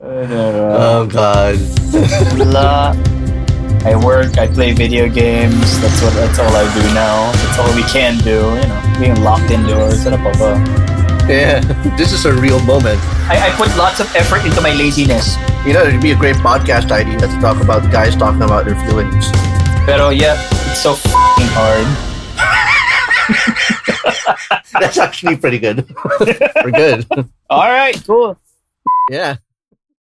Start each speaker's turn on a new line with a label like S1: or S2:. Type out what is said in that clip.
S1: Uh,
S2: Oh god.
S1: La. I work, I play video games, that's what that's all I do now. That's all we can do, you know, being locked indoors and blah, blah, blah.
S2: Yeah, this is a real moment.
S1: I, I put lots of effort into my laziness.
S2: You know, it'd be a great podcast idea to talk about guys talking about their feelings.
S1: Pero yeah, it's so fing hard.
S2: That's actually pretty good. We're good.
S1: Alright, cool.
S2: Yeah.